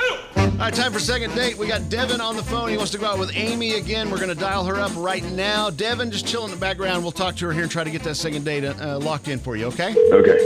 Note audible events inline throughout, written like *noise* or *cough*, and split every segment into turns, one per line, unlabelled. right, time for second date. We got Devin on the phone. He wants to go out with Amy again. We're going to dial her up right now. Devin, just chill in the background. We'll talk to her here and try to get that second date uh, locked in for you, okay?
Okay.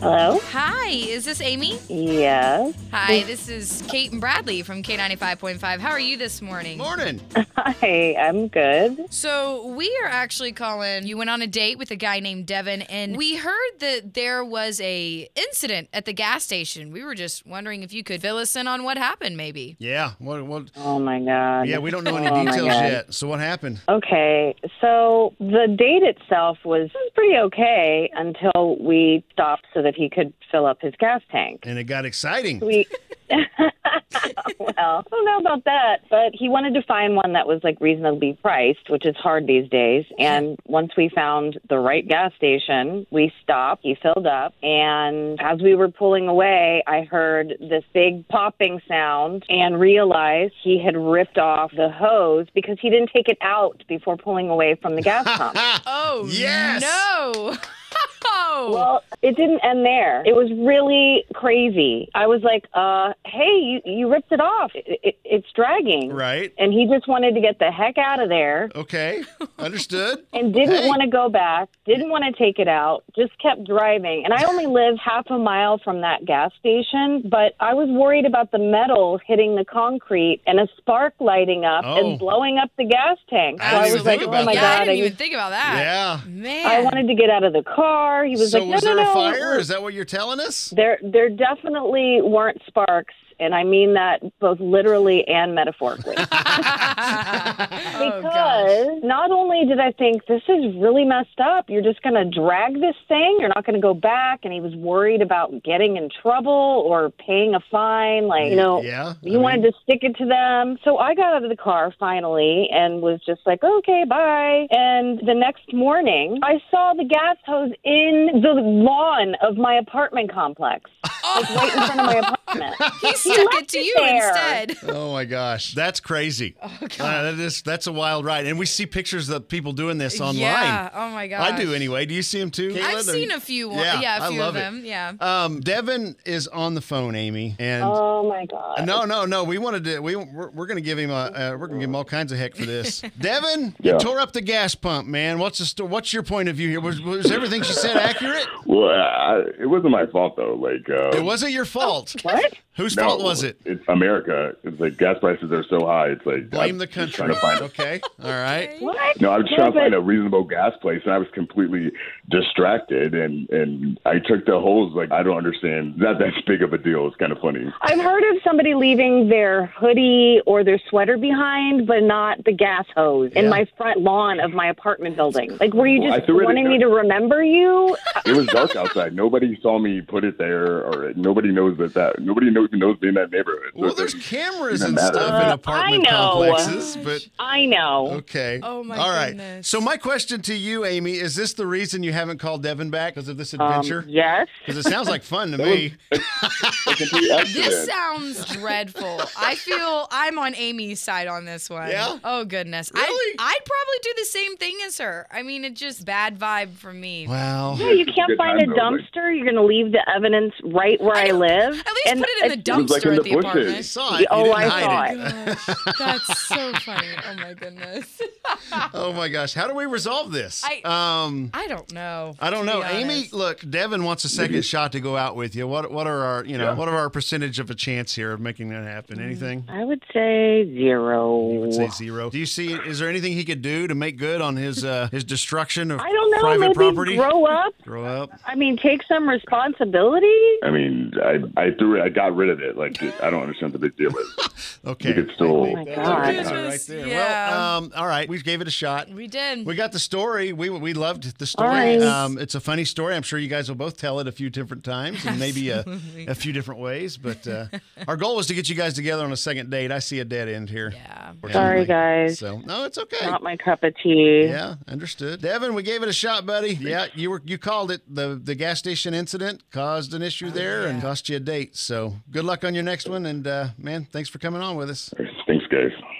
Hello?
Hi, is this Amy?
Mm-hmm.
Yes.
Hi, this is Kate and Bradley from K95.5. How are you this morning?
Morning.
Hi, I'm good.
So, we are actually calling. You went on a date with a guy named Devin and we heard that there was a incident at the gas station. We were just wondering if you could fill us in on what happened maybe.
Yeah. What, what,
Oh my god.
yeah, we don't know any
Oh my
details
God.
yet. So, what happened?
Okay, so the date itself was pretty okay until we stopped so that he could fill up his gas tank.
And it got exciting.
We *laughs* well, I don't know about that, but he wanted to find one that was like reasonably priced, which is hard these days. And once we found the right gas station, we stopped, he filled up, and as we were pulling away, I heard this big popping sound and realized he had ripped off the hose because he didn't take it out before pulling away from the gas pump.
Oh,
Yes!
no. *laughs*
Well, it didn't end there. It was really crazy. I was like, uh, hey, you, you ripped it off. It, it, it's dragging.
Right.
And he just wanted to get the heck out of there
Okay. Understood.
*laughs* and didn't
Hey.
want to go back, didn't want to take it out, just kept driving. And I only live half a mile from that gas station, but I was worried about the metal hitting the concrete and a spark lighting up
Oh.
and blowing up the gas tank. So
I
I,
didn't
was
even think
like,
about
oh my
that.
yeah, I
God. I,
didn't even think about that.
Yeah.
Man.
I wanted to get out of the car. He was
so,
like, no,
was
no,
there
no.
a fire?
we're-
Is that what you're telling us?
There, there definitely weren't sparks, and I mean that both literally and metaphorically. *laughs*
oh, gosh.
because not only did I think this is really messed up, you're just going to drag this thing, you're not going to go back, and he was worried about getting in trouble or paying a fine. Like, you know,
Yeah.
he wanted to stick it to them. So I got out of the car finally and was just like, okay, bye. And the next morning, I saw the gas hose in the lawn of my apartment
*laughs*
complex, like right in front of
*laughs*
my apartment.
He stuck it to
it
you
there.
instead.
Oh my gosh, that's crazy! Oh god, that is, that's a wild ride, and we see pictures of people doing this online.
Yeah. Oh my gosh.
I do anyway. Do you see them too?
I've seen a few. One,
Yeah,
yeah,
I
a few
love
of
it.
them. Yeah.
Um, Devin is on the phone, Amy, and
Oh my God.
no, no, no. We wanted to. We we're, we're going to give him a. Uh, we're going to give him all kinds of heck for this. Devin, you
Yeah.
tore up the gas pump, man. What's the sto- What's your point of view here? Was, was everything she said accurate?
Well, uh, I, it wasn't my fault though. Like, uh,
It wasn't your fault.
What?
Whose
no,
fault was it?
It's America. It's like gas prices are so high. It's like
Blame
I'm
the
just
country.
Trying to find a,
Okay. All right. *laughs*
What?
no, I'm just
Yeah,
trying to find
but-
a reasonable gas place, and I was completely distracted, and and I took the holes. Like, I don't understand. Not that big of a deal. It's kind of funny.
I've heard of somebody leaving their hoodie or their sweater behind, but not the gas hose
Yeah.
in my front lawn of my apartment building. Like, were you
Well, I
just
threw it in
wanting me to
there.
remember you?
It was dark outside. Nobody saw me put it there, or nobody knows that that nobody knows knows me in that neighborhood. So
Well,
it's
there's
like-
cameras
doesn't
and
matter.
stuff in
Uh, I
apartment
know.
complexes, but
I know.
*laughs* okay.
Oh, my
All right.
goodness.
So my question to you, Amy, is this the reason you haven't called Devin back because of this
Um,
adventure?
yes.
Because it sounds like fun to
That was
me.
a- a complete
This
*laughs*
accident.
sounds dreadful. I feel I'm on Amy's side on this one.
Yeah?
Oh goodness.
Really?
I'd, I'd probably do the same thing as her. I mean, it's just bad vibe for me.
Wow.
Yeah, you
It's a
can't
good
find
time,
a
though, like-
dumpster. You're going to leave the evidence right where I, live.
At least put it in
It
the
was
dumpster
like in
at
the
the
bushes.
I
apartment.
saw it. You
Oh,
didn't
I
hide it.
Gosh, *laughs* that's so funny. Oh my goodness.
Oh my gosh. How do we resolve this?
I-
um,
I don't know.
I don't
to
know.
be
Amy,
honest.
look, Devin wants a second shot to go out with you. What what are our you know
Yeah.
what are our percentage of a chance here of making that happen? Anything?
I would say zero.
I would say zero. Do you see? Is there anything he could do to make good on his uh, his destruction of
I don't know.
private
maybe
property?
grow up.
grow up.
I mean, take some responsibility.
I mean, I I threw it. I got rid of it. Like, I don't understand the big deal with it.
Okay.
You could still- Oh my
That's a
God.
good time
Goodness,
Well,
yeah.
um, all right, we gave it a shot.
we did.
We got the story. We we loved the story.
right.
Um, it's a funny story. I'm sure you guys will both tell it a few different times and maybe a,
*laughs*
a few different ways. But uh, our goal was to get you guys together on a second date. I see a dead end here.
yeah.
Sorry, guys.
So no, it's okay.
Not my cup of tea.
Yeah, understood. Devin, we gave it a shot, buddy. Yeah, you were you called it. The the gas station incident caused an
Oh,
issue there and cost you a date. So good luck on your next one. And uh, man, thanks for coming on with us.
Thanks, guys.